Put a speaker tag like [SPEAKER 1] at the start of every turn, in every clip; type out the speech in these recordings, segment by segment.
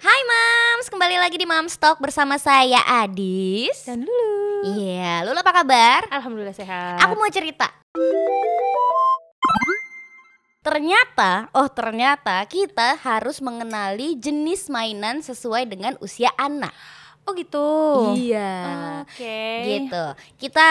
[SPEAKER 1] Hai Mams, kembali lagi di Mams Talk bersama saya Adis
[SPEAKER 2] Dan dulu.
[SPEAKER 1] Iya, lu apa kabar?
[SPEAKER 2] Alhamdulillah sehat.
[SPEAKER 1] Aku mau cerita Ternyata, oh ternyata kita harus mengenali jenis mainan sesuai dengan usia anak
[SPEAKER 2] oh gitu.
[SPEAKER 1] Iya
[SPEAKER 2] Oke.
[SPEAKER 1] Gitu, kita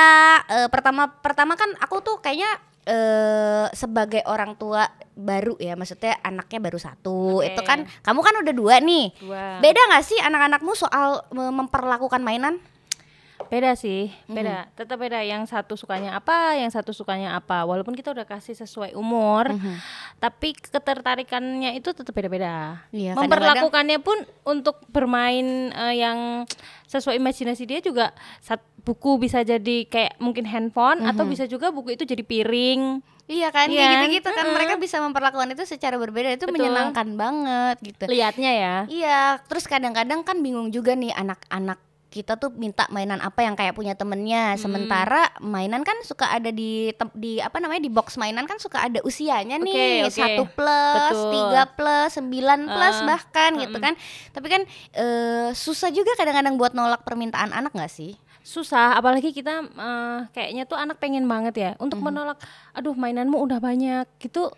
[SPEAKER 1] eh, pertama pertama kan aku tuh kayaknya eh sebagai orang tua baru ya Maksudnya anaknya baru satu
[SPEAKER 2] Oke.
[SPEAKER 1] Itu kan, kamu kan udah dua nih
[SPEAKER 2] Dua.
[SPEAKER 1] Beda gak sih anak-anakmu soal eh, memperlakukan mainan?
[SPEAKER 2] Beda sih, beda. Tetap beda. Yang satu sukanya apa, yang satu sukanya apa. Walaupun kita udah kasih sesuai umur, tapi ketertarikannya itu tetap beda-beda.
[SPEAKER 1] Iya,
[SPEAKER 2] Memperlakukannya pun untuk bermain eh, yang sesuai imajinasi dia juga sat- buku bisa jadi kayak mungkin handphone atau bisa juga buku itu jadi piring.
[SPEAKER 1] Iya kan,
[SPEAKER 2] Iya
[SPEAKER 1] kayak
[SPEAKER 2] kan?
[SPEAKER 1] gitu-gitu kan mereka bisa memperlakukan itu secara berbeda itu
[SPEAKER 2] Betul.
[SPEAKER 1] menyenangkan banget gitu.
[SPEAKER 2] Lihatnya ya.
[SPEAKER 1] Iya, terus kadang-kadang kan bingung juga nih anak-anak kita tuh minta mainan apa yang kayak punya temennya,
[SPEAKER 2] Hmm.
[SPEAKER 1] sementara mainan kan suka ada di tem- di apa namanya di box mainan kan suka ada usianya nih
[SPEAKER 2] Oke, oke.
[SPEAKER 1] satu plus,
[SPEAKER 2] Betul.
[SPEAKER 1] tiga plus, sembilan plus
[SPEAKER 2] Ah,
[SPEAKER 1] bahkan gitu kan. Tapi kan eh, susah juga kadang-kadang buat nolak permintaan anak nggak sih?
[SPEAKER 2] susah apalagi kita eh, kayaknya tuh anak pengen banget ya untuk
[SPEAKER 1] Mm-hmm.
[SPEAKER 2] menolak aduh mainanmu udah banyak gitu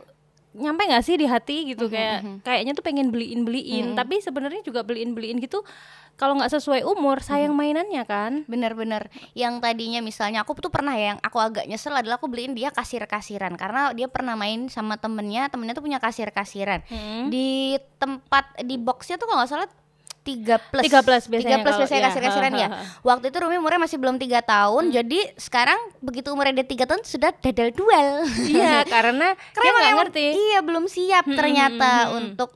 [SPEAKER 2] nyampe nggak sih di hati gitu
[SPEAKER 1] Mm-hmm,
[SPEAKER 2] kayak kayaknya tuh pengen beliin beliin tapi sebenarnya juga beliin beliin gitu kalau nggak sesuai
[SPEAKER 1] Mm-hmm.
[SPEAKER 2] umur sayang mainannya kan
[SPEAKER 1] Bener-bener Yang tadinya misalnya Aku tuh pernah ya Yang aku agak nyesel adalah Aku beliin dia kasir-kasiran Karena dia pernah main sama temennya Temennya tuh punya kasir-kasiran
[SPEAKER 2] Hmm?
[SPEAKER 1] Di tempat Di boxnya tuh kalau nggak salah 3 plus
[SPEAKER 2] 13
[SPEAKER 1] 3
[SPEAKER 2] biasanya
[SPEAKER 1] plus
[SPEAKER 2] kalau-
[SPEAKER 1] biasanya
[SPEAKER 2] ya,
[SPEAKER 1] kasir-kasiran ya
[SPEAKER 2] ha, Hmm. ha,
[SPEAKER 1] Waktu itu Rumi umurnya masih belum 3 tahun Jadi sekarang Begitu umurnya dia 3 tahun Sudah dadal duel
[SPEAKER 2] iya karena
[SPEAKER 1] Karena
[SPEAKER 2] dia nggak
[SPEAKER 1] emang-
[SPEAKER 2] ngerti
[SPEAKER 1] Iya belum siap
[SPEAKER 2] Hmm,
[SPEAKER 1] ternyata
[SPEAKER 2] hmm, hmm.
[SPEAKER 1] Untuk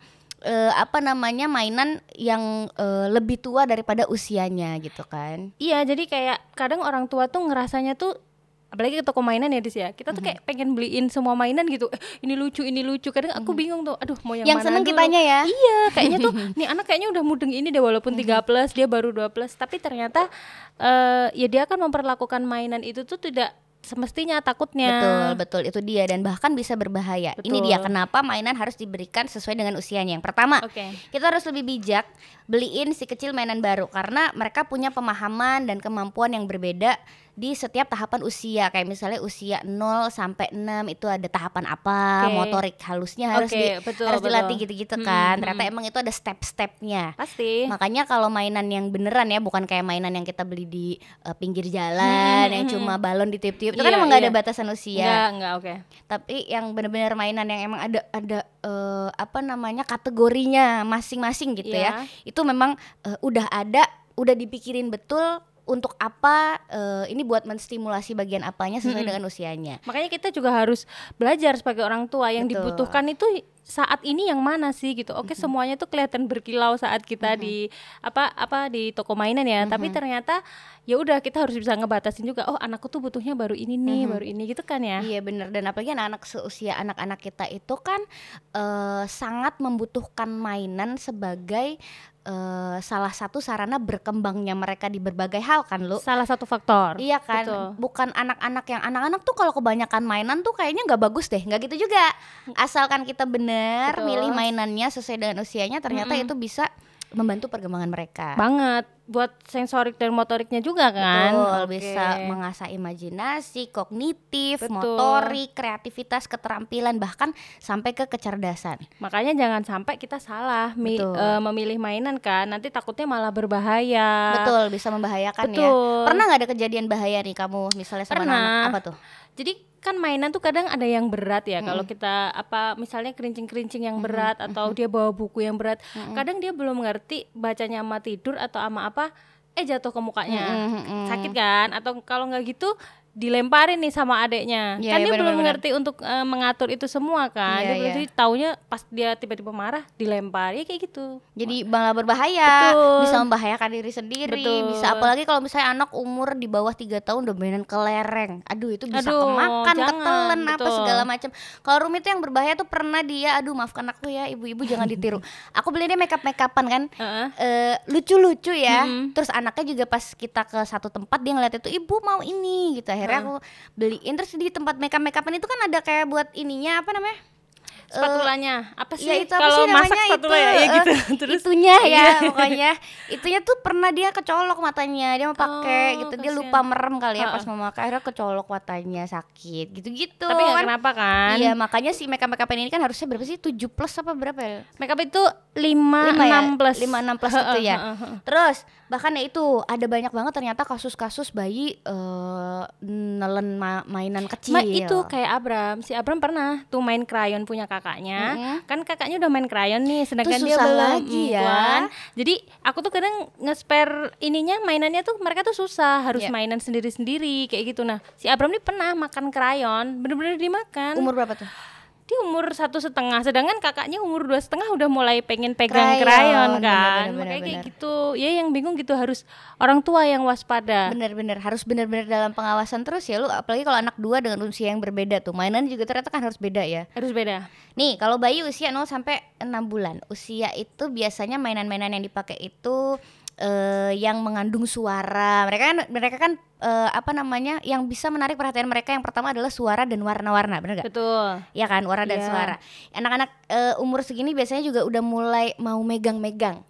[SPEAKER 1] eh, apa namanya mainan yang eh, lebih tua daripada usianya gitu kan
[SPEAKER 2] iya jadi kayak kadang orang tua tuh ngerasanya tuh apalagi ke toko mainan ya Dis ya kita
[SPEAKER 1] Mm-hmm.
[SPEAKER 2] tuh kayak pengen beliin semua mainan gitu eh, ini lucu ini lucu kadang aku bingung tuh aduh mau yang,
[SPEAKER 1] Mm-hmm. yang,
[SPEAKER 2] mana
[SPEAKER 1] seneng
[SPEAKER 2] dulu?
[SPEAKER 1] kitanya ya
[SPEAKER 2] Iya, kayaknya tuh nih anak kayaknya udah mudeng ini deh walaupun 3 plus, dia baru 2 plus, tapi ternyata eh ya dia akan memperlakukan mainan itu tuh tidak semestinya
[SPEAKER 1] Betul,
[SPEAKER 2] takutnya.
[SPEAKER 1] betul itu dia dan bahkan bisa berbahaya. Ini
[SPEAKER 2] Iya. Betul.
[SPEAKER 1] dia kenapa mainan harus diberikan sesuai dengan usianya. Yang pertama,
[SPEAKER 2] Oke.
[SPEAKER 1] kita harus lebih bijak beliin si kecil mainan baru karena mereka punya pemahaman dan kemampuan yang berbeda di setiap tahapan usia. Kayak misalnya usia 0 sampai 6 itu ada tahapan apa,
[SPEAKER 2] Oke.
[SPEAKER 1] motorik halusnya harus
[SPEAKER 2] Oke,
[SPEAKER 1] di
[SPEAKER 2] betul,
[SPEAKER 1] harus
[SPEAKER 2] betul.
[SPEAKER 1] dilatih gitu-gitu
[SPEAKER 2] Mm,
[SPEAKER 1] kan.
[SPEAKER 2] mm.
[SPEAKER 1] Ternyata emang itu ada step-stepnya.
[SPEAKER 2] Pasti.
[SPEAKER 1] Makanya kalau mainan yang beneran ya, bukan kayak mainan yang kita beli di eh, pinggir jalan,
[SPEAKER 2] Hmm,
[SPEAKER 1] yang
[SPEAKER 2] hmm,
[SPEAKER 1] cuma balon ditiup-tiup. Itu kan
[SPEAKER 2] Iya,
[SPEAKER 1] emang nggak ada
[SPEAKER 2] iya.
[SPEAKER 1] batasan usia.
[SPEAKER 2] Enggak, enggak oke.
[SPEAKER 1] Tapi yang bener-bener mainan yang emang ada ada eh, apa namanya kategorinya masing-masing gitu
[SPEAKER 2] Iya.
[SPEAKER 1] ya. Itu memang eh, udah ada, udah dipikirin betul untuk apa eh, ini buat menstimulasi bagian apanya sesuai
[SPEAKER 2] Mm-mm.
[SPEAKER 1] dengan usianya.
[SPEAKER 2] Makanya kita juga harus belajar sebagai orang tua yang
[SPEAKER 1] Betul.
[SPEAKER 2] dibutuhkan itu saat ini yang mana sih gitu. Oke, semuanya tuh kelihatan berkilau saat kita di apa apa di toko mainan ya, tapi ternyata ya udah kita harus bisa ngebatasin juga. Oh, anakku tuh butuhnya baru ini nih, baru ini gitu kan ya.
[SPEAKER 1] Iya bener dan apalagi anak-anak seusia anak-anak kita itu kan eh, sangat membutuhkan mainan sebagai eh, salah satu sarana berkembangnya mereka di berbagai hal kan lu.
[SPEAKER 2] Salah satu faktor.
[SPEAKER 1] Iya kan,
[SPEAKER 2] Betul.
[SPEAKER 1] bukan anak-anak yang anak-anak tuh kalau kebanyakan mainan tuh kayaknya nggak bagus deh, nggak gitu juga. Asalkan kita bener
[SPEAKER 2] Mm. Betul.
[SPEAKER 1] milih mainannya sesuai dengan usianya, ternyata
[SPEAKER 2] Mm-mm.
[SPEAKER 1] itu bisa membantu perkembangan mereka.
[SPEAKER 2] banget buat sensorik dan motoriknya juga kan
[SPEAKER 1] Betul,
[SPEAKER 2] Oke.
[SPEAKER 1] bisa mengasah imajinasi, kognitif,
[SPEAKER 2] Betul.
[SPEAKER 1] motorik, kreativitas, keterampilan bahkan sampai ke kecerdasan.
[SPEAKER 2] makanya jangan sampai kita salah mi-
[SPEAKER 1] Betul.
[SPEAKER 2] eh, memilih mainan kan nanti takutnya malah berbahaya
[SPEAKER 1] Betul, bisa membahayakan ya.
[SPEAKER 2] Ah, Betul.
[SPEAKER 1] Pernah nggak ada kejadian bahaya nih kamu misalnya sama
[SPEAKER 2] Pernah.
[SPEAKER 1] anak apa tuh?
[SPEAKER 2] jadi kan mainan tuh kadang ada yang berat ya kalau kita apa misalnya kerincing-kerincing yang berat atau dia bawa buku yang berat
[SPEAKER 1] Mm.
[SPEAKER 2] kadang dia belum ngerti bacanya sama tidur atau sama apa eh jatuh ke mukanya
[SPEAKER 1] Mm, mm, mm.
[SPEAKER 2] sakit kan atau kalau nggak gitu dilemparin nih sama adeknya
[SPEAKER 1] Iya,
[SPEAKER 2] kan
[SPEAKER 1] iya,
[SPEAKER 2] dia belum
[SPEAKER 1] benar-benar.
[SPEAKER 2] ngerti untuk eh, mengatur itu semua
[SPEAKER 1] Iya,
[SPEAKER 2] kan dia belum
[SPEAKER 1] iya.
[SPEAKER 2] jadi taunya pas dia tiba-tiba marah dilempar ya kayak gitu
[SPEAKER 1] Jadi malah berbahaya,
[SPEAKER 2] Betul.
[SPEAKER 1] Iya, bisa eh, membahayakan diri sendiri,
[SPEAKER 2] Betul.
[SPEAKER 1] bisa apalagi kalau misalnya anak umur di bawah tiga tahun udah mainan kelereng. Aduh, itu bisa
[SPEAKER 2] Aduh,
[SPEAKER 1] kemakan,
[SPEAKER 2] jangan,
[SPEAKER 1] ketelen apa
[SPEAKER 2] betul.
[SPEAKER 1] segala macam. Kalau Rumi itu yang berbahaya tuh pernah dia, aduh maafkan aku ya ibu-ibu jangan ditiru. aku beli dia makeup makeupan kan.
[SPEAKER 2] Heeh.
[SPEAKER 1] eh, lucu-lucu ya.
[SPEAKER 2] Mm-mm.
[SPEAKER 1] Terus anaknya juga pas kita ke satu tempat dia ngeliat itu ibu mau ini gitu. Akhirnya aku beliin terus di tempat makeup makeupan itu kan ada kayak buat ininya apa namanya?
[SPEAKER 2] spatulanya apa sih
[SPEAKER 1] ya itu apa sih
[SPEAKER 2] kalau
[SPEAKER 1] namanya
[SPEAKER 2] masak spatula ya, ya
[SPEAKER 1] eh,
[SPEAKER 2] gitu terus
[SPEAKER 1] itunya ya
[SPEAKER 2] Iya.
[SPEAKER 1] pokoknya itunya tuh pernah dia kecolok matanya dia mau pakai
[SPEAKER 2] Oh,
[SPEAKER 1] gitu dia
[SPEAKER 2] kasihan.
[SPEAKER 1] lupa merem kali ya pas
[SPEAKER 2] Ha-ha.
[SPEAKER 1] mau makan akhirnya kecolok matanya sakit gitu-gitu
[SPEAKER 2] tapi nggak
[SPEAKER 1] kan.
[SPEAKER 2] kenapa kan
[SPEAKER 1] iya makanya si makeup makeup ini kan harusnya berapa sih 7 plus apa berapa ya
[SPEAKER 2] makeup itu lima
[SPEAKER 1] Lima ya?
[SPEAKER 2] Ah, enam plus
[SPEAKER 1] Lima, enam plus gitu ya. Terus bahkan ya itu ada banyak banget ternyata kasus-kasus bayi eh, nelen ma- mainan kecil.
[SPEAKER 2] Ma, itu kayak Abram si Abram pernah tuh main krayon punya kakaknya
[SPEAKER 1] Mm-mm.
[SPEAKER 2] kan kakaknya udah main krayon nih sedangkan dia
[SPEAKER 1] susah
[SPEAKER 2] belum
[SPEAKER 1] lagi
[SPEAKER 2] mm,
[SPEAKER 1] ya.
[SPEAKER 2] kan. jadi aku tuh kadang nge-spare ininya mainannya tuh mereka tuh susah harus
[SPEAKER 1] Iya.
[SPEAKER 2] mainan sendiri sendiri kayak gitu nah si Abram nih pernah makan krayon bener-bener dimakan
[SPEAKER 1] umur berapa tuh?
[SPEAKER 2] dia umur satu setengah sedangkan kakaknya umur dua setengah udah mulai pengen pegang
[SPEAKER 1] Krayon,
[SPEAKER 2] krayon, kan
[SPEAKER 1] bener, bener,
[SPEAKER 2] makanya kayak
[SPEAKER 1] bener.
[SPEAKER 2] gitu ya yang bingung gitu harus orang tua yang waspada
[SPEAKER 1] Bener-bener harus bener-bener dalam pengawasan terus ya lu apalagi kalau anak dua dengan usia yang berbeda tuh mainan juga ternyata kan harus beda ya.
[SPEAKER 2] harus beda
[SPEAKER 1] Nih, kalau bayi usia 0 sampai 6 bulan, usia itu biasanya mainan-mainan yang dipakai itu eh yang mengandung suara. Mereka kan mereka kan eh, apa namanya? yang bisa menarik perhatian mereka yang pertama adalah suara dan warna-warna, bener gak?
[SPEAKER 2] betul
[SPEAKER 1] Ya kan, warna dan
[SPEAKER 2] Iya.
[SPEAKER 1] suara. Anak-anak eh, umur segini biasanya juga udah mulai mau megang-megang.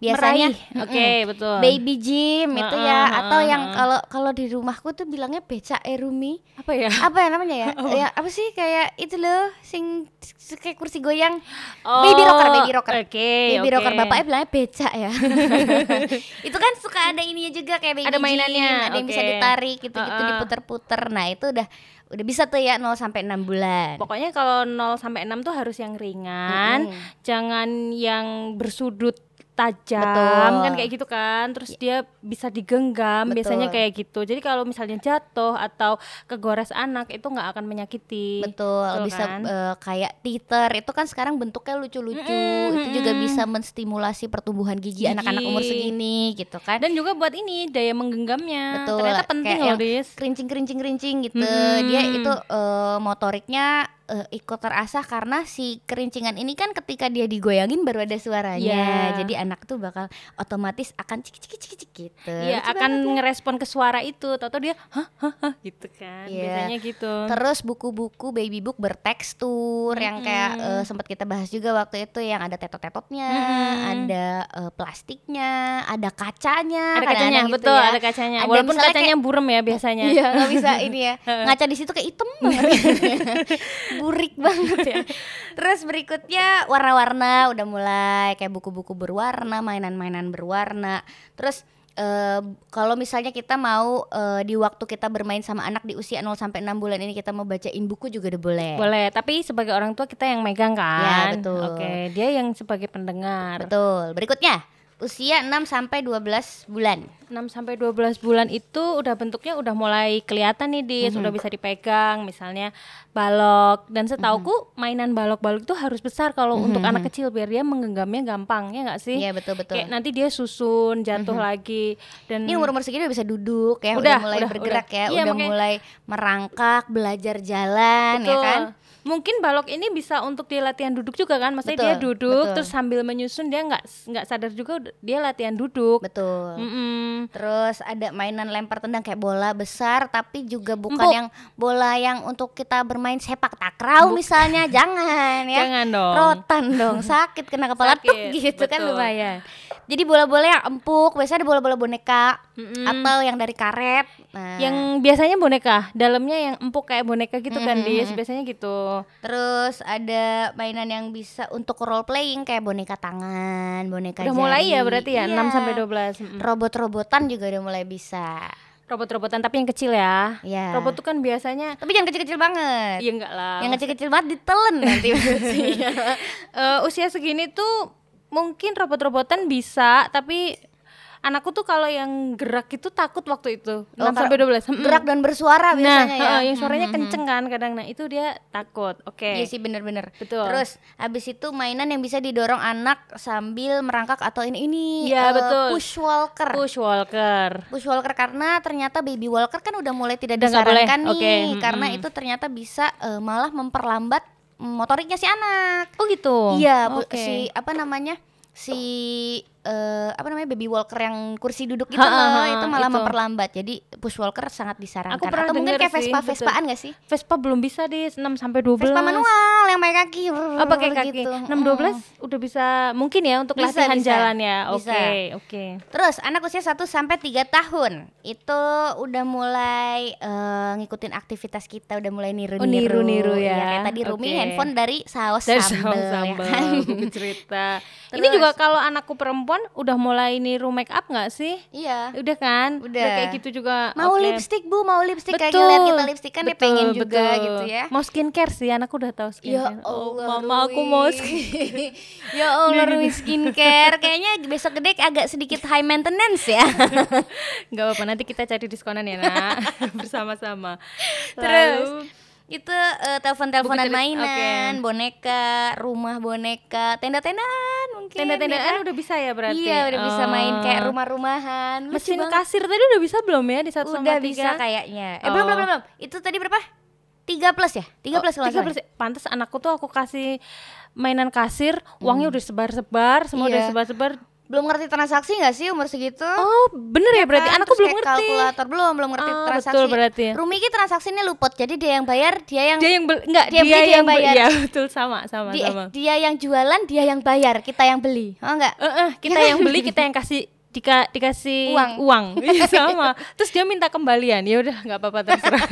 [SPEAKER 1] Biasanya
[SPEAKER 2] Meraih.
[SPEAKER 1] Mm-mm.
[SPEAKER 2] oke betul
[SPEAKER 1] baby gym itu ya
[SPEAKER 2] Heeh,
[SPEAKER 1] atau yang
[SPEAKER 2] heeh.
[SPEAKER 1] kalau kalau di rumahku tuh bilangnya beca erumi
[SPEAKER 2] apa ya
[SPEAKER 1] apa ya namanya ya? ya apa sih kayak itu loh sing s- kayak kursi goyang
[SPEAKER 2] Oh,
[SPEAKER 1] baby rocker baby rocker
[SPEAKER 2] oke
[SPEAKER 1] baby
[SPEAKER 2] Eh, oke.
[SPEAKER 1] rocker bapaknya bilangnya beca ya itu kan suka ada ininya juga kayak baby
[SPEAKER 2] Ada
[SPEAKER 1] gym,
[SPEAKER 2] mainannya,
[SPEAKER 1] ada yang bisa
[SPEAKER 2] oke.
[SPEAKER 1] ditarik gitu gitu
[SPEAKER 2] Heeh.
[SPEAKER 1] diputer-puter nah itu udah udah bisa tuh ya 0 sampai 6 bulan
[SPEAKER 2] pokoknya kalau 0 sampai 6 tuh harus yang ringan
[SPEAKER 1] Mm-mm.
[SPEAKER 2] jangan yang bersudut tajam
[SPEAKER 1] Betul. Iya.
[SPEAKER 2] kan kayak gitu kan terus dia bisa digenggam
[SPEAKER 1] Betul.
[SPEAKER 2] biasanya kayak gitu jadi kalau misalnya jatuh atau kegores anak itu nggak akan menyakiti
[SPEAKER 1] Betul,
[SPEAKER 2] Betul
[SPEAKER 1] bisa
[SPEAKER 2] kan?
[SPEAKER 1] eh, kayak teeter itu kan sekarang bentuknya lucu-lucu,
[SPEAKER 2] Mm-mm,
[SPEAKER 1] itu juga
[SPEAKER 2] mm-mm.
[SPEAKER 1] bisa menstimulasi pertumbuhan gigi,
[SPEAKER 2] Gigi.
[SPEAKER 1] anak-anak umur segini gitu kan.
[SPEAKER 2] dan juga buat ini daya menggenggamnya
[SPEAKER 1] Betul,
[SPEAKER 2] ternyata penting
[SPEAKER 1] kayak
[SPEAKER 2] loh
[SPEAKER 1] yang
[SPEAKER 2] Dis
[SPEAKER 1] kerincing kerincing kerincing gitu
[SPEAKER 2] Hmm.
[SPEAKER 1] dia itu eh, motoriknya eh, ikut terasah karena si kerincingan ini kan ketika dia digoyangin baru ada suaranya
[SPEAKER 2] Iya.
[SPEAKER 1] jadi anak tuh bakal otomatis akan ciki ciki ciki ciki gitu
[SPEAKER 2] Iya
[SPEAKER 1] Lucu
[SPEAKER 2] akan ngerespon ke suara itu, atau dia hah hah hah gitu kan,
[SPEAKER 1] Iya.
[SPEAKER 2] biasanya gitu.
[SPEAKER 1] Terus buku-buku baby book bertekstur yang kayak
[SPEAKER 2] Mm-mm.
[SPEAKER 1] eh, sempat kita bahas juga waktu itu yang ada tetot-tetotnya,
[SPEAKER 2] Mm-mm.
[SPEAKER 1] ada eh, plastiknya, ada kacanya,
[SPEAKER 2] ada
[SPEAKER 1] kadang-kadang
[SPEAKER 2] kacanya,
[SPEAKER 1] gitu
[SPEAKER 2] betul,
[SPEAKER 1] ya.
[SPEAKER 2] ada kacanya.
[SPEAKER 1] Ada
[SPEAKER 2] Walaupun
[SPEAKER 1] misalnya
[SPEAKER 2] kacanya burem ya biasanya.
[SPEAKER 1] Iya, nggak bisa ini ya. Ngaca di situ kayak item banget. ya. Burik banget ya. Terus berikutnya warna-warna udah mulai kayak buku-buku berwarna, mainan-mainan berwarna. Terus eh, kalau misalnya kita mau eh, di waktu kita bermain sama anak di usia 0 sampai 6 bulan ini kita mau bacain buku juga udah boleh.
[SPEAKER 2] Boleh, tapi sebagai orang tua kita yang megang kan.
[SPEAKER 1] Iya, Eh. betul.
[SPEAKER 2] Oke, dia yang sebagai pendengar.
[SPEAKER 1] Betul. Berikutnya usia 6 sampai 12 bulan.
[SPEAKER 2] 6 sampai 12 bulan itu udah bentuknya udah mulai kelihatan nih, Dis,
[SPEAKER 1] Mhm.
[SPEAKER 2] udah bisa dipegang misalnya balok dan setauku
[SPEAKER 1] Mhm.
[SPEAKER 2] mainan balok-balok itu harus besar kalau untuk anak kecil biar dia menggenggamnya gampang ya nggak sih?
[SPEAKER 1] Iya, betul betul. Mhm.
[SPEAKER 2] Kayak nanti dia susun, jatuh lagi dan
[SPEAKER 1] Ini umur-umur segini udah bisa duduk ya, udah,
[SPEAKER 2] Hmm. Udah,
[SPEAKER 1] mulai
[SPEAKER 2] udah,
[SPEAKER 1] bergerak
[SPEAKER 2] udah.
[SPEAKER 1] ya,
[SPEAKER 2] Iya,
[SPEAKER 1] udah
[SPEAKER 2] makanya-
[SPEAKER 1] mulai merangkak, belajar jalan ya
[SPEAKER 2] Betul.
[SPEAKER 1] kan.
[SPEAKER 2] Mungkin balok ini bisa untuk dia latihan duduk juga kan? Maksudnya dia
[SPEAKER 1] Betul,
[SPEAKER 2] duduk
[SPEAKER 1] betul.
[SPEAKER 2] terus sambil menyusun dia nggak nggak sadar juga ud- dia latihan duduk. Mhm.
[SPEAKER 1] Betul.
[SPEAKER 2] Hmm. Mm-mm.
[SPEAKER 1] Terus ada mainan lempar tendang kayak bola besar tapi juga bukan
[SPEAKER 2] Empuk.
[SPEAKER 1] yang bola yang untuk kita bermain sepak takraw misalnya, jangan ya.
[SPEAKER 2] Jangan dong.
[SPEAKER 1] Rotan dong, sakit kena kepala tuk
[SPEAKER 2] Sakit,
[SPEAKER 1] gitu kan
[SPEAKER 2] betul.
[SPEAKER 1] lumayan. Jadi bola-bola yang empuk, biasanya ada bola-bola boneka
[SPEAKER 2] Mm-mm.
[SPEAKER 1] atau yang dari karet. Nah,
[SPEAKER 2] Hmm. Yang biasanya boneka, dalamnya yang empuk kayak boneka gitu kan,
[SPEAKER 1] Mm-mm.
[SPEAKER 2] Dis. Biasanya gitu.
[SPEAKER 1] Terus ada mainan yang bisa untuk role playing kayak boneka tangan, boneka
[SPEAKER 2] Udah mulai ya
[SPEAKER 1] jari.
[SPEAKER 2] berarti ya,
[SPEAKER 1] Iya.
[SPEAKER 2] 6 sampai Hmm. 12. Mm-mm.
[SPEAKER 1] Robot-robotan juga udah mulai bisa.
[SPEAKER 2] Robot-robotan tapi yang kecil ya.
[SPEAKER 1] Ya.
[SPEAKER 2] Robot tuh kan biasanya
[SPEAKER 1] Tapi jangan kecil-kecil banget.
[SPEAKER 2] Iya enggak lah.
[SPEAKER 1] Yang kecil-kecil banget ditelen nanti. Iya.
[SPEAKER 2] Eh, usia segini tuh mungkin robot-robotan bisa tapi anakku tuh kalau yang gerak itu takut waktu itu
[SPEAKER 1] Oh,
[SPEAKER 2] 6 sampai 12 Mm-mm.
[SPEAKER 1] Gerak dan bersuara
[SPEAKER 2] nah
[SPEAKER 1] biasanya ya.
[SPEAKER 2] eh, yang suaranya kenceng kan kadang nah itu dia takut oke
[SPEAKER 1] Iya sih bener-bener
[SPEAKER 2] Betul.
[SPEAKER 1] Terus habis itu mainan yang bisa didorong anak sambil merangkak atau ini ini
[SPEAKER 2] Iya,
[SPEAKER 1] eh,
[SPEAKER 2] betul.
[SPEAKER 1] push walker.
[SPEAKER 2] push walker
[SPEAKER 1] Bush walker karena ternyata baby walker kan udah mulai tidak
[SPEAKER 2] Udah nggak boleh,
[SPEAKER 1] disarankan nih
[SPEAKER 2] oke, mm-mm.
[SPEAKER 1] karena itu ternyata bisa eh, malah memperlambat mm, motoriknya si anak.
[SPEAKER 2] oh gitu
[SPEAKER 1] Iya, bu-
[SPEAKER 2] Oke.
[SPEAKER 1] si apa namanya? si eh, eh, apa namanya baby walker yang kursi duduk gitu
[SPEAKER 2] Ha, ha,
[SPEAKER 1] loh,
[SPEAKER 2] ha,
[SPEAKER 1] itu malah
[SPEAKER 2] itu.
[SPEAKER 1] memperlambat. Jadi push walker sangat disarankan.
[SPEAKER 2] Aku pernah
[SPEAKER 1] Atau mungkin
[SPEAKER 2] denger
[SPEAKER 1] kayak
[SPEAKER 2] sih,
[SPEAKER 1] Vespa
[SPEAKER 2] betul.
[SPEAKER 1] Vespaan gak sih?
[SPEAKER 2] Vespa belum bisa di 6 sampai 12.
[SPEAKER 1] Vespa manual yang pakai kaki.
[SPEAKER 2] Oh, pakai kaki.
[SPEAKER 1] gitu.
[SPEAKER 2] 6 12 udah bisa mungkin ya untuk
[SPEAKER 1] Bisa,
[SPEAKER 2] latihan
[SPEAKER 1] bisa.
[SPEAKER 2] jalan ya. Oke,
[SPEAKER 1] Bisa.
[SPEAKER 2] oke.
[SPEAKER 1] Terus anak usia 1 sampai 3 tahun itu udah mulai eh, ngikutin aktivitas kita, udah mulai niru-niru. Iya,
[SPEAKER 2] Oh, niru-niru ya.
[SPEAKER 1] kayak tadi Rumi
[SPEAKER 2] Oke.
[SPEAKER 1] handphone dari saus
[SPEAKER 2] Dari
[SPEAKER 1] sambel. ya
[SPEAKER 2] sambal,
[SPEAKER 1] kan?
[SPEAKER 2] buku cerita. Ini
[SPEAKER 1] Terus.
[SPEAKER 2] juga kalau anakku perempuan udah mulai niru make up nggak sih?
[SPEAKER 1] Iya.
[SPEAKER 2] Udah kan?
[SPEAKER 1] Udah.
[SPEAKER 2] kayak gitu juga.
[SPEAKER 1] Mau
[SPEAKER 2] oke.
[SPEAKER 1] lipstik Bu, mau lipstik kayak lihat kita lipstik kan dia
[SPEAKER 2] betul,
[SPEAKER 1] pengen juga
[SPEAKER 2] betul.
[SPEAKER 1] gitu ya. Iya.
[SPEAKER 2] Mau skincare sih, anakku udah tahu skincare. oh, mama aku mau skincare.
[SPEAKER 1] skin. ya Allah Rumi skincare kayaknya besok gede agak sedikit high maintenance ya.
[SPEAKER 2] Gak apa-apa, nanti kita cari diskonan ya nak Bersama-sama
[SPEAKER 1] Terus
[SPEAKER 2] Lalu,
[SPEAKER 1] itu eh, telepon-teleponan
[SPEAKER 2] Buku cerita,
[SPEAKER 1] mainan, boneka, rumah boneka, tenda-tendaan mungkin. ya
[SPEAKER 2] Tenda-tendaan
[SPEAKER 1] kan?
[SPEAKER 2] udah bisa ya berarti
[SPEAKER 1] Iya, udah bisa main kayak
[SPEAKER 2] Oh.
[SPEAKER 1] rumah-rumahan. Lucu
[SPEAKER 2] Mesin
[SPEAKER 1] banget.
[SPEAKER 2] kasir tadi udah bisa belum ya di
[SPEAKER 1] udah
[SPEAKER 2] 1 sama 3
[SPEAKER 1] bisa kayaknya. Eh, belum,
[SPEAKER 2] Oh.
[SPEAKER 1] belum, belum, belum. Itu tadi berapa? 3 plus ya? 3 plus kalau nggak salah.
[SPEAKER 2] Pantes anakku tuh aku kasih mainan kasir Uangnya udah sebar-sebar Semua udah
[SPEAKER 1] Hmm. Iya.
[SPEAKER 2] sebar-sebar
[SPEAKER 1] Belum ngerti transaksi nggak sih umur segitu?
[SPEAKER 2] Oh bener ya berarti
[SPEAKER 1] Kan,
[SPEAKER 2] Anakku
[SPEAKER 1] terus
[SPEAKER 2] belum
[SPEAKER 1] kayak
[SPEAKER 2] ngerti
[SPEAKER 1] kalkulator belum belum ngerti
[SPEAKER 2] Ah,
[SPEAKER 1] transaksi.
[SPEAKER 2] betul berarti.
[SPEAKER 1] Rumi ini transaksinya luput. Jadi dia yang bayar, dia yang
[SPEAKER 2] Dia yang beli Enggak
[SPEAKER 1] Dia
[SPEAKER 2] dia,
[SPEAKER 1] beli, dia yang
[SPEAKER 2] yang beli
[SPEAKER 1] bayar.
[SPEAKER 2] Ya betul sama sama,
[SPEAKER 1] di-
[SPEAKER 2] sama.
[SPEAKER 1] dia yang jualan, dia yang bayar, kita yang beli. Oh enggak?
[SPEAKER 2] Eh, eh, kita yang beli kita yang kasih dika, dikasih
[SPEAKER 1] Uang.
[SPEAKER 2] uang Iya, sama terus dia minta kembalian ya udah nggak apa-apa terserah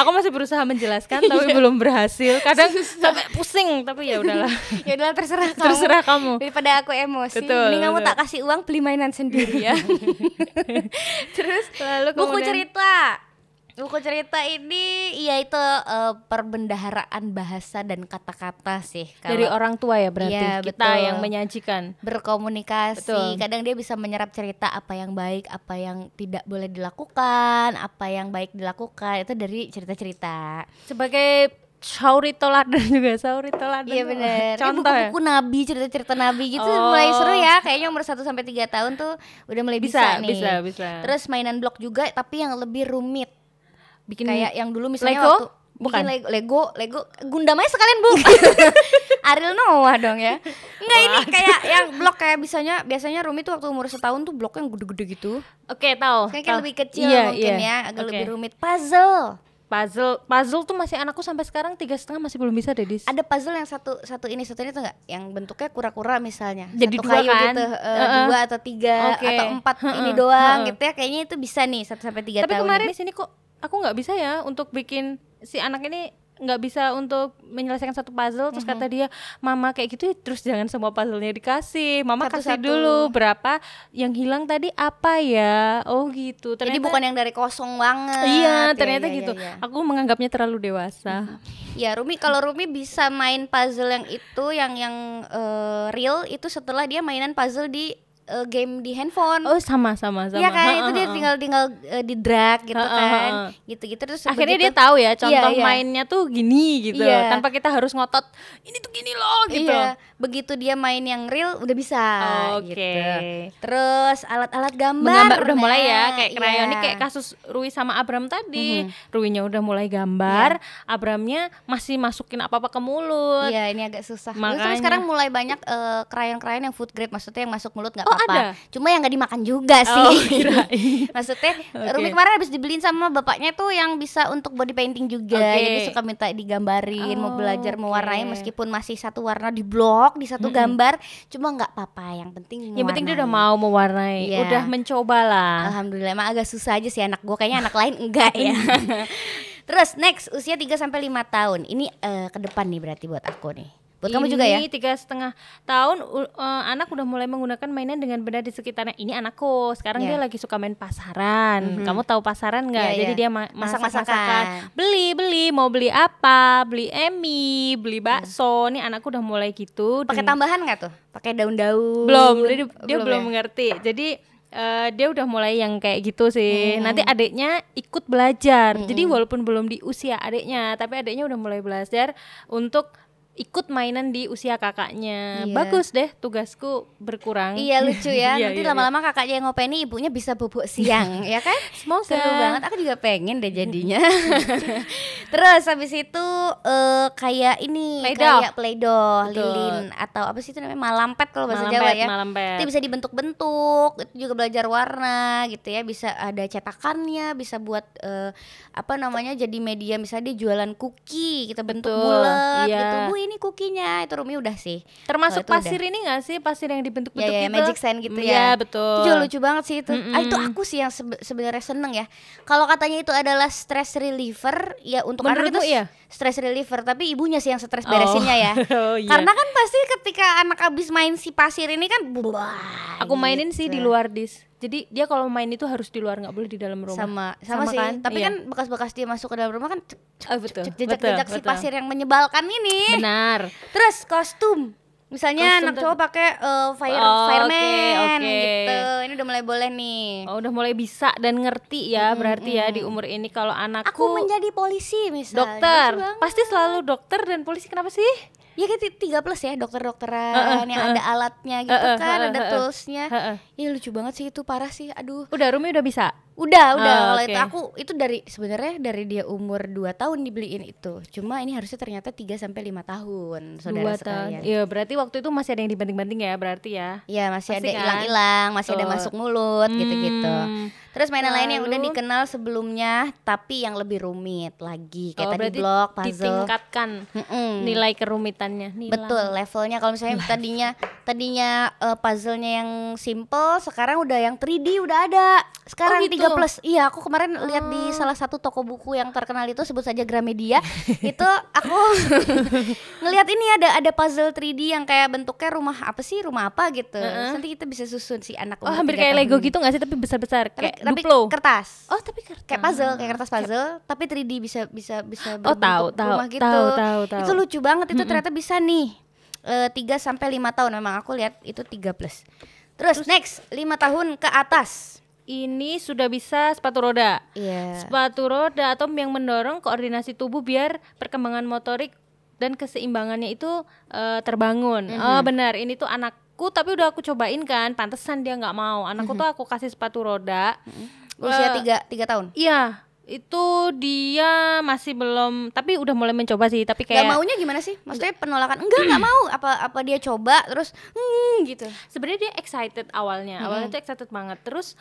[SPEAKER 2] aku masih berusaha menjelaskan tapi belum berhasil kadang sampai pusing tapi ya udahlah
[SPEAKER 1] ya udahlah terserah kamu.
[SPEAKER 2] Terserah kamu.
[SPEAKER 1] Daripada aku emosi,
[SPEAKER 2] Betul,
[SPEAKER 1] mending kamu
[SPEAKER 2] betul.
[SPEAKER 1] tak kasih uang beli mainan sendiri ya. Terus
[SPEAKER 2] Lalu
[SPEAKER 1] buku
[SPEAKER 2] kemudian-
[SPEAKER 1] cerita. Buku cerita ini ya itu eh, perbendaharaan bahasa dan kata-kata sih kalau
[SPEAKER 2] dari orang tua ya berarti
[SPEAKER 1] Iya,
[SPEAKER 2] kita
[SPEAKER 1] betul.
[SPEAKER 2] yang menyajikan
[SPEAKER 1] berkomunikasi.
[SPEAKER 2] Betul.
[SPEAKER 1] Kadang dia bisa menyerap cerita apa yang baik, apa yang tidak boleh dilakukan, apa yang baik dilakukan itu dari cerita-cerita.
[SPEAKER 2] sebagai Sauri Toladan juga Sauri Toladan
[SPEAKER 1] Iya benar. Kayak
[SPEAKER 2] contoh ya?
[SPEAKER 1] buku-buku nabi cerita-cerita nabi gitu
[SPEAKER 2] Oh.
[SPEAKER 1] mulai seru ya. Kayaknya umur 1 sampai 3 tahun tuh udah mulai bisa,
[SPEAKER 2] bisa
[SPEAKER 1] nih.
[SPEAKER 2] bisa bisa
[SPEAKER 1] Terus mainan blok juga tapi yang lebih rumit.
[SPEAKER 2] bikin
[SPEAKER 1] Kayak yang dulu misalnya
[SPEAKER 2] Lego?
[SPEAKER 1] waktu
[SPEAKER 2] Bukan.
[SPEAKER 1] bikin Lego, Lego, Lego, Gundam aja sekalian bu. Ariel Noah dong ya. Enggak ini kayak yang blok kayak biasanya biasanya rumit tuh waktu umur setahun tuh blok yang gede-gede gitu.
[SPEAKER 2] oke tahu
[SPEAKER 1] Kayak,
[SPEAKER 2] tahu.
[SPEAKER 1] kayak lebih kecil
[SPEAKER 2] Iya,
[SPEAKER 1] mungkin
[SPEAKER 2] iya.
[SPEAKER 1] ya, agak
[SPEAKER 2] Oke.
[SPEAKER 1] lebih rumit. Puzzle.
[SPEAKER 2] puzzle puzzle tuh masih anakku sampai sekarang tiga setengah masih belum bisa deh Dis.
[SPEAKER 1] ada puzzle yang satu satu ini satu ini tuh nggak yang bentuknya kura-kura misalnya
[SPEAKER 2] Jadi
[SPEAKER 1] satu
[SPEAKER 2] dua
[SPEAKER 1] kayu
[SPEAKER 2] kan?
[SPEAKER 1] gitu eh,
[SPEAKER 2] Heeh.
[SPEAKER 1] dua atau tiga
[SPEAKER 2] Oke.
[SPEAKER 1] atau empat ini
[SPEAKER 2] Heeh,
[SPEAKER 1] doang
[SPEAKER 2] heeh.
[SPEAKER 1] gitu ya kayaknya itu bisa nih satu sampai tiga
[SPEAKER 2] tapi
[SPEAKER 1] tahun
[SPEAKER 2] kemarin di sini kok aku nggak bisa ya untuk bikin si anak ini nggak bisa untuk menyelesaikan satu puzzle terus kata
[SPEAKER 1] Mm-hmm.
[SPEAKER 2] dia mama kayak gitu terus jangan semua puzzlenya dikasih mama kasih
[SPEAKER 1] Satu-satu.
[SPEAKER 2] dulu berapa yang hilang tadi apa ya oh gitu ternyata
[SPEAKER 1] jadi bukan yang dari kosong banget
[SPEAKER 2] iya
[SPEAKER 1] Ya,
[SPEAKER 2] ternyata
[SPEAKER 1] ya, ya,
[SPEAKER 2] gitu
[SPEAKER 1] ya,
[SPEAKER 2] aku menganggapnya terlalu dewasa
[SPEAKER 1] Ya, Rumi kalau Rumi bisa main puzzle yang itu yang yang eh, real itu setelah dia mainan puzzle di eh, game di handphone
[SPEAKER 2] oh sama sama sama
[SPEAKER 1] Iya kan
[SPEAKER 2] Ha,
[SPEAKER 1] itu
[SPEAKER 2] ha,
[SPEAKER 1] dia
[SPEAKER 2] ha.
[SPEAKER 1] tinggal tinggal eh, di drag gitu
[SPEAKER 2] Ha, ha,
[SPEAKER 1] kan
[SPEAKER 2] ha.
[SPEAKER 1] gitu-gitu terus
[SPEAKER 2] akhirnya dia
[SPEAKER 1] begitu-
[SPEAKER 2] tahu ya contoh
[SPEAKER 1] Iya, iya.
[SPEAKER 2] mainnya tuh gini gitu
[SPEAKER 1] Iya.
[SPEAKER 2] tanpa kita harus ngotot ini tuh gini loh gitu
[SPEAKER 1] Iya, begitu dia main yang real udah bisa.
[SPEAKER 2] Oke.
[SPEAKER 1] gitu. Terus alat-alat gambar.
[SPEAKER 2] menggambar udah mulai ya
[SPEAKER 1] Nah,
[SPEAKER 2] kayak krayon ini
[SPEAKER 1] iya.
[SPEAKER 2] kayak kasus Rui sama Abram tadi Ruinya udah mulai gambar Abramnya masih masukin apa apa ke mulut
[SPEAKER 1] Iya, ini agak susah. Makanya.
[SPEAKER 2] Makanya.
[SPEAKER 1] sekarang mulai banyak eh, krayon-krayon yang food grade, maksudnya yang masuk mulut nggak
[SPEAKER 2] Oh,
[SPEAKER 1] apa-apa.
[SPEAKER 2] ada?
[SPEAKER 1] Cuma yang nggak dimakan juga sih.
[SPEAKER 2] Oh, kirain.
[SPEAKER 1] maksudnya
[SPEAKER 2] Oke.
[SPEAKER 1] Rumi kemarin habis dibeliin sama bapaknya tuh yang bisa untuk body painting juga.
[SPEAKER 2] Oke.
[SPEAKER 1] Jadi suka minta digambarin, mau
[SPEAKER 2] Oh,
[SPEAKER 1] belajar mewarnai
[SPEAKER 2] oke.
[SPEAKER 1] meskipun masih satu warna di blok, di satu gambar, cuma nggak apa-apa. Yang penting
[SPEAKER 2] yang penting dia
[SPEAKER 1] mewarnai.
[SPEAKER 2] udah mau mewarnai
[SPEAKER 1] Iya. Ah,
[SPEAKER 2] udah mencoba lah
[SPEAKER 1] Alhamdulillah emang agak susah aja sih anak gue kayaknya anak lain enggak ya. Terus next usia 3 sampai 5 tahun. Ini eh, ke depan nih berarti buat aku nih. Buat kamu juga ya?
[SPEAKER 2] Ini tiga setengah tahun u- eh, anak udah mulai menggunakan mainan dengan benda di sekitarnya. Ini anakku sekarang
[SPEAKER 1] Iya. Mm-hmm.
[SPEAKER 2] dia lagi suka main pasaran. Kamu tahu pasaran nggak?
[SPEAKER 1] Iya,
[SPEAKER 2] Jadi
[SPEAKER 1] iya.
[SPEAKER 2] dia ma-
[SPEAKER 1] Masak-masakan.
[SPEAKER 2] masak-masakan. Beli beli mau beli apa? Beli emi, beli bakso. Nih anakku udah mulai gitu.
[SPEAKER 1] Iya. Pakai
[SPEAKER 2] Dan-
[SPEAKER 1] tambahan nggak tuh? Pakai daun-daun.
[SPEAKER 2] belum dia, dia belum,
[SPEAKER 1] ya?
[SPEAKER 2] mengerti jadi eh, dia udah mulai yang kayak gitu sih
[SPEAKER 1] Hmm.
[SPEAKER 2] nanti adiknya ikut belajar jadi walaupun belum di usia adiknya tapi adiknya udah mulai belajar untuk ikut mainan di usia kakaknya.
[SPEAKER 1] Iya.
[SPEAKER 2] Bagus deh tugasku berkurang.
[SPEAKER 1] Iya lucu ya.
[SPEAKER 2] Iya,
[SPEAKER 1] Nanti
[SPEAKER 2] iya,
[SPEAKER 1] lama-lama kakaknya yang ngopeni ibunya bisa bubuk siang, ya kan?
[SPEAKER 2] Semoga.
[SPEAKER 1] Seru banget. Aku juga pengen deh jadinya. Terus habis itu eh, kayak ini
[SPEAKER 2] Playdoh.
[SPEAKER 1] kayak playdoh,
[SPEAKER 2] Betul.
[SPEAKER 1] lilin atau apa sih itu namanya malampet kalau bahasa
[SPEAKER 2] Malampet,
[SPEAKER 1] Jawa ya.
[SPEAKER 2] malampet.
[SPEAKER 1] Itu bisa dibentuk-bentuk, itu juga belajar warna gitu ya. Bisa ada cetakannya, bisa buat eh, apa namanya jadi media misalnya dia jualan kuki, kita bentuk
[SPEAKER 2] Betul,
[SPEAKER 1] bulat
[SPEAKER 2] iya.
[SPEAKER 1] gitu. Bu, ini kukinya. Itu Rumi udah sih. Oh,
[SPEAKER 2] Termasuk
[SPEAKER 1] itu
[SPEAKER 2] pasir ini gak sih? Pasir yang dibentuk-bentuk
[SPEAKER 1] Ya, ya,
[SPEAKER 2] gitu.
[SPEAKER 1] magic sand gitu
[SPEAKER 2] Mm,
[SPEAKER 1] ya.
[SPEAKER 2] Iya, betul.
[SPEAKER 1] Itu juga lucu banget sih itu. Ah, itu
[SPEAKER 2] Mm-mm.
[SPEAKER 1] aku sih yang sebe- sebenarnya seneng ya. Kalau katanya itu adalah stress reliever, ya untuk anak itu
[SPEAKER 2] Menurutmu iya?
[SPEAKER 1] stress reliever, tapi ibunya sih yang stres
[SPEAKER 2] Oh.
[SPEAKER 1] beresinnya ya.
[SPEAKER 2] Oh, iya.
[SPEAKER 1] Karena kan pasti ketika anak abis main si pasir ini kan buah.
[SPEAKER 2] Aku mainin sih di
[SPEAKER 1] gitu.
[SPEAKER 2] luar dis. Jadi dia kalau main itu harus di luar nggak boleh di dalam rumah.
[SPEAKER 1] Sama, sama, sih.
[SPEAKER 2] kan?
[SPEAKER 1] Tapi
[SPEAKER 2] Iya.
[SPEAKER 1] kan bekas-bekas dia masuk ke dalam rumah kan cek, cek,
[SPEAKER 2] Ah, betul,
[SPEAKER 1] cek, jejak-jejak
[SPEAKER 2] betul,
[SPEAKER 1] si
[SPEAKER 2] betul.
[SPEAKER 1] pasir Eh! yang menyebalkan ini.
[SPEAKER 2] benar.
[SPEAKER 1] Terus kostum. Misalnya
[SPEAKER 2] Kostum
[SPEAKER 1] anak
[SPEAKER 2] tuh-
[SPEAKER 1] cowok pakai eh, fire
[SPEAKER 2] Oh, oke,
[SPEAKER 1] fireman
[SPEAKER 2] oke.
[SPEAKER 1] gitu. Ini udah mulai boleh nih.
[SPEAKER 2] Oh, udah mulai bisa dan ngerti ya berarti ya di umur ini kalau anakku
[SPEAKER 1] aku menjadi polisi misalnya
[SPEAKER 2] dokter.
[SPEAKER 1] Lucu banget.
[SPEAKER 2] Pasti selalu dokter dan polisi kenapa sih?
[SPEAKER 1] ya kan ti- tiga plus ya dokter-dokteran
[SPEAKER 2] Heeh,
[SPEAKER 1] yang ada alatnya gitu
[SPEAKER 2] Heeh,
[SPEAKER 1] kan
[SPEAKER 2] heeh,
[SPEAKER 1] ada
[SPEAKER 2] heeh.
[SPEAKER 1] toolsnya
[SPEAKER 2] Heeh.
[SPEAKER 1] ya lucu banget sih itu parah sih aduh
[SPEAKER 2] Udah Rumi udah bisa.
[SPEAKER 1] udah udah
[SPEAKER 2] Ah,
[SPEAKER 1] kalau
[SPEAKER 2] oke.
[SPEAKER 1] itu aku itu dari sebenarnya dari dia umur 2 tahun dibeliin itu cuma ini harusnya ternyata 3 sampai lima tahun saudara
[SPEAKER 2] Dua tahun.
[SPEAKER 1] sekalian
[SPEAKER 2] Iya, berarti waktu itu masih ada yang dibanting-banting ya berarti ya.
[SPEAKER 1] ya masih
[SPEAKER 2] Pasti
[SPEAKER 1] ada
[SPEAKER 2] kan?
[SPEAKER 1] hilang-hilang masih ada
[SPEAKER 2] Betul.
[SPEAKER 1] masuk mulut gitu-gitu
[SPEAKER 2] Hmm.
[SPEAKER 1] Terus mainan lain yang udah
[SPEAKER 2] Lalu-
[SPEAKER 1] dikenal sebelumnya tapi yang lebih rumit lagi kayak
[SPEAKER 2] Oh,
[SPEAKER 1] tadi
[SPEAKER 2] berarti
[SPEAKER 1] blok, puzzle.
[SPEAKER 2] ditingkatkan
[SPEAKER 1] Mm-mm.
[SPEAKER 2] nilai kerumitannya. Nilai.
[SPEAKER 1] Betul levelnya kalau misalnya tadinya tadinya eh, puzzle-nya yang simple sekarang udah yang 3D udah ada. Sekarang
[SPEAKER 2] Oh, gitu?
[SPEAKER 1] 3
[SPEAKER 2] Oh.
[SPEAKER 1] plus. Iya, aku kemarin lihat di salah satu toko buku yang terkenal itu sebut saja Gramedia. itu aku ngelihat ini ada ada puzzle 3D yang kayak bentuknya rumah apa sih? Rumah apa gitu. Terus Nanti kita bisa susun si anak
[SPEAKER 2] Oh,
[SPEAKER 1] umur
[SPEAKER 2] hampir
[SPEAKER 1] tiga
[SPEAKER 2] kayak
[SPEAKER 1] tahun
[SPEAKER 2] Lego
[SPEAKER 1] ini.
[SPEAKER 2] gitu nggak sih tapi besar-besar
[SPEAKER 1] Tapi,
[SPEAKER 2] kayak
[SPEAKER 1] tapi
[SPEAKER 2] Duplo.
[SPEAKER 1] kertas.
[SPEAKER 2] Oh, tapi kertas.
[SPEAKER 1] Kayak puzzle, kayak kertas puzzle, tapi 3D bisa bisa bisa
[SPEAKER 2] Oh, tahu,
[SPEAKER 1] berbentuk
[SPEAKER 2] tahu,
[SPEAKER 1] rumah gitu.
[SPEAKER 2] tahu, tahu, tahu.
[SPEAKER 1] Itu lucu banget itu ternyata bisa nih. Eh, 3 sampai 5 tahun memang aku lihat itu 3 plus. Terus, next, 5 tahun ke atas.
[SPEAKER 2] Ini sudah bisa sepatu roda.
[SPEAKER 1] Iya.
[SPEAKER 2] Sepatu roda atau yang mendorong koordinasi tubuh biar perkembangan motorik dan keseimbangannya itu eh, terbangun. Oh, benar. Ini tuh anakku tapi udah aku cobain kan, pantesan dia nggak mau. Anakku tuh aku kasih sepatu roda.
[SPEAKER 1] Usia
[SPEAKER 2] Eh,
[SPEAKER 1] 3 tiga tahun.
[SPEAKER 2] Iya, itu dia masih belum tapi udah mulai mencoba sih, tapi
[SPEAKER 1] Gak
[SPEAKER 2] kayak
[SPEAKER 1] maunya gimana sih? Maksudnya penolakan. Enggak, gak mau. Apa apa dia coba terus hmm gitu.
[SPEAKER 2] sebenarnya dia excited awalnya awalnya tuh excited banget terus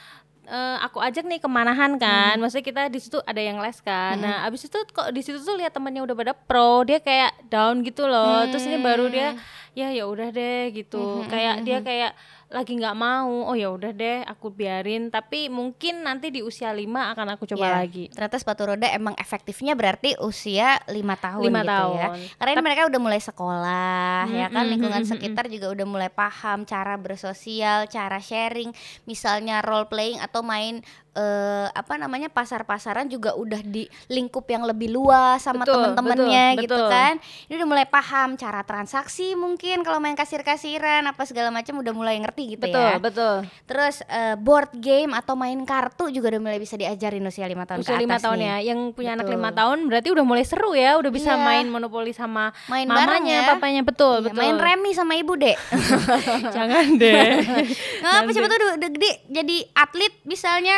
[SPEAKER 2] eh, aku ajak nih ke Manahan kan maksudnya kita di situ ada yang les kan nah abis itu kok di situ tuh lihat temannya udah pada pro dia kayak down gitu loh
[SPEAKER 1] Mm.
[SPEAKER 2] terus ini baru dia ya ya udah deh gitu kayak dia kayak lagi nggak mau oh ya udah deh aku biarin tapi mungkin nanti di usia 5 akan aku coba
[SPEAKER 1] Iya.
[SPEAKER 2] lagi
[SPEAKER 1] Ternyata sepatu roda emang efektifnya berarti usia lima tahun
[SPEAKER 2] Lima
[SPEAKER 1] gitu ya.
[SPEAKER 2] tahun.
[SPEAKER 1] Karena ini mereka udah mulai sekolah
[SPEAKER 2] Hmm,
[SPEAKER 1] ya kan
[SPEAKER 2] Mm-mm,
[SPEAKER 1] lingkungan
[SPEAKER 2] mm-mm,
[SPEAKER 1] sekitar juga udah mulai paham cara bersosial, cara sharing, misalnya role playing atau main eh, apa namanya pasar-pasaran juga udah di lingkup yang lebih luas sama
[SPEAKER 2] Betul,
[SPEAKER 1] temen-temennya
[SPEAKER 2] betul,
[SPEAKER 1] gitu
[SPEAKER 2] betul.
[SPEAKER 1] kan. Ini udah mulai paham cara transaksi mungkin kalau main kasir-kasiran apa segala macam udah mulai ngerti gitu
[SPEAKER 2] betul
[SPEAKER 1] ya.
[SPEAKER 2] betul
[SPEAKER 1] Terus eh, board game atau main kartu juga udah mulai bisa diajarin usia lima tahun ke
[SPEAKER 2] usia
[SPEAKER 1] atas
[SPEAKER 2] lima tahun
[SPEAKER 1] nih.
[SPEAKER 2] ya yang punya anak
[SPEAKER 1] Betul.
[SPEAKER 2] lima tahun berarti udah mulai seru ya udah bisa
[SPEAKER 1] Iya.
[SPEAKER 2] main monopoli sama
[SPEAKER 1] Main bareng ya.
[SPEAKER 2] mamanya papanya
[SPEAKER 1] Iya,
[SPEAKER 2] betul betul
[SPEAKER 1] Main remi sama ibu dek.
[SPEAKER 2] jangan deh
[SPEAKER 1] Nggak
[SPEAKER 2] Nah,
[SPEAKER 1] apa siapa tuh udah, udah gede jadi atlet misalnya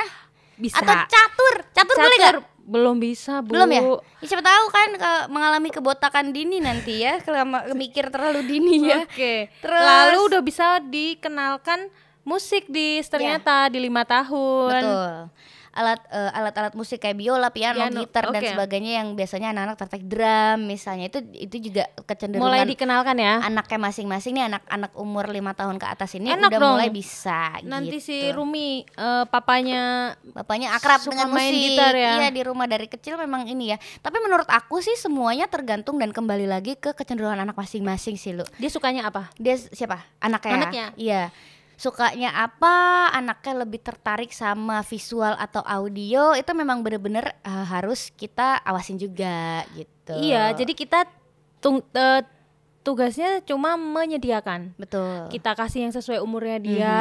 [SPEAKER 2] bisa
[SPEAKER 1] atau catur. Catur, boleh nggak?
[SPEAKER 2] Catur belum bisa bu
[SPEAKER 1] Belum ya? ya? Siapa tahu kan ke- mengalami kebotakan dini nanti ya, kelama mikir terlalu dini ya.
[SPEAKER 2] oke
[SPEAKER 1] Terus-
[SPEAKER 2] Iya. lalu udah bisa dikenalkan musik di ternyata di lima tahun
[SPEAKER 1] Iya. Betul. Alat eh, alat-alat musik kayak biola, piano,
[SPEAKER 2] Piano,
[SPEAKER 1] gitar dan
[SPEAKER 2] oke.
[SPEAKER 1] sebagainya yang biasanya anak-anak tertarik drum misalnya itu itu juga kecenderungan
[SPEAKER 2] mulai dikenalkan ya
[SPEAKER 1] anaknya masing-masing nih anak-anak umur lima tahun ke atas ini
[SPEAKER 2] Enak
[SPEAKER 1] udah
[SPEAKER 2] dong.
[SPEAKER 1] mulai bisa
[SPEAKER 2] nanti
[SPEAKER 1] gitu.
[SPEAKER 2] si Rumi eh, papanya
[SPEAKER 1] Bapaknya akrab
[SPEAKER 2] Suka
[SPEAKER 1] dengan
[SPEAKER 2] main
[SPEAKER 1] musik.
[SPEAKER 2] gitar ya?
[SPEAKER 1] Iya, di rumah dari kecil memang ini ya. Tapi menurut aku sih semuanya tergantung dan kembali lagi ke kecenderungan anak masing-masing sih, Lu.
[SPEAKER 2] dia sukanya apa
[SPEAKER 1] Dia s- siapa? Anaknya.
[SPEAKER 2] Anaknya.
[SPEAKER 1] Iya. Sukanya apa? Anaknya lebih tertarik sama visual atau audio itu memang bener-bener eh, harus kita awasin juga gitu.
[SPEAKER 2] Iya, jadi kita tung- eh, tugasnya cuma menyediakan
[SPEAKER 1] betul Mhm.
[SPEAKER 2] kita kasih yang sesuai umurnya dia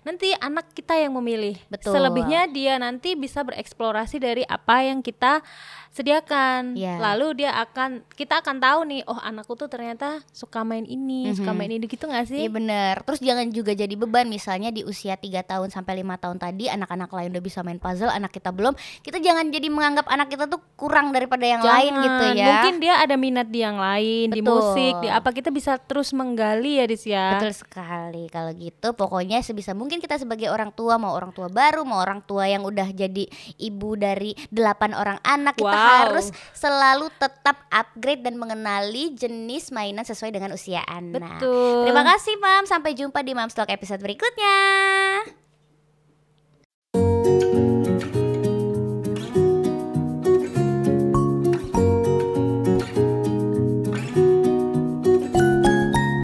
[SPEAKER 2] nanti anak kita yang memilih
[SPEAKER 1] Betul.
[SPEAKER 2] selebihnya dia nanti bisa bereksplorasi dari apa yang kita sediakan
[SPEAKER 1] Iya.
[SPEAKER 2] lalu dia akan kita akan tahu nih oh anakku tuh ternyata suka main ini suka main ini gitu nggak
[SPEAKER 1] Iya
[SPEAKER 2] sih
[SPEAKER 1] bener. Terus jangan juga jadi beban misalnya di usia 3 tahun sampai lima tahun tadi anak-anak lain udah bisa main puzzle, anak kita belum. Kita jangan jadi menganggap anak kita tuh kurang daripada yang lain gitu
[SPEAKER 2] Jangan.
[SPEAKER 1] ya.
[SPEAKER 2] Mungkin dia ada minat di yang lain, di
[SPEAKER 1] Betul.
[SPEAKER 2] musik, di apa kita bisa terus menggali ya Dis ya.
[SPEAKER 1] Betul sekali. Kalau gitu pokoknya sebisa mungkin kita sebagai orang tua mau orang tua baru, mau orang tua yang udah jadi ibu dari delapan orang anak, kita
[SPEAKER 2] Wow.
[SPEAKER 1] harus selalu tetap upgrade dan mengenali jenis mainan sesuai dengan usia anak.
[SPEAKER 2] Betul.
[SPEAKER 1] Terima kasih, Mam. Sampai jumpa di Mam's Talk episode berikutnya.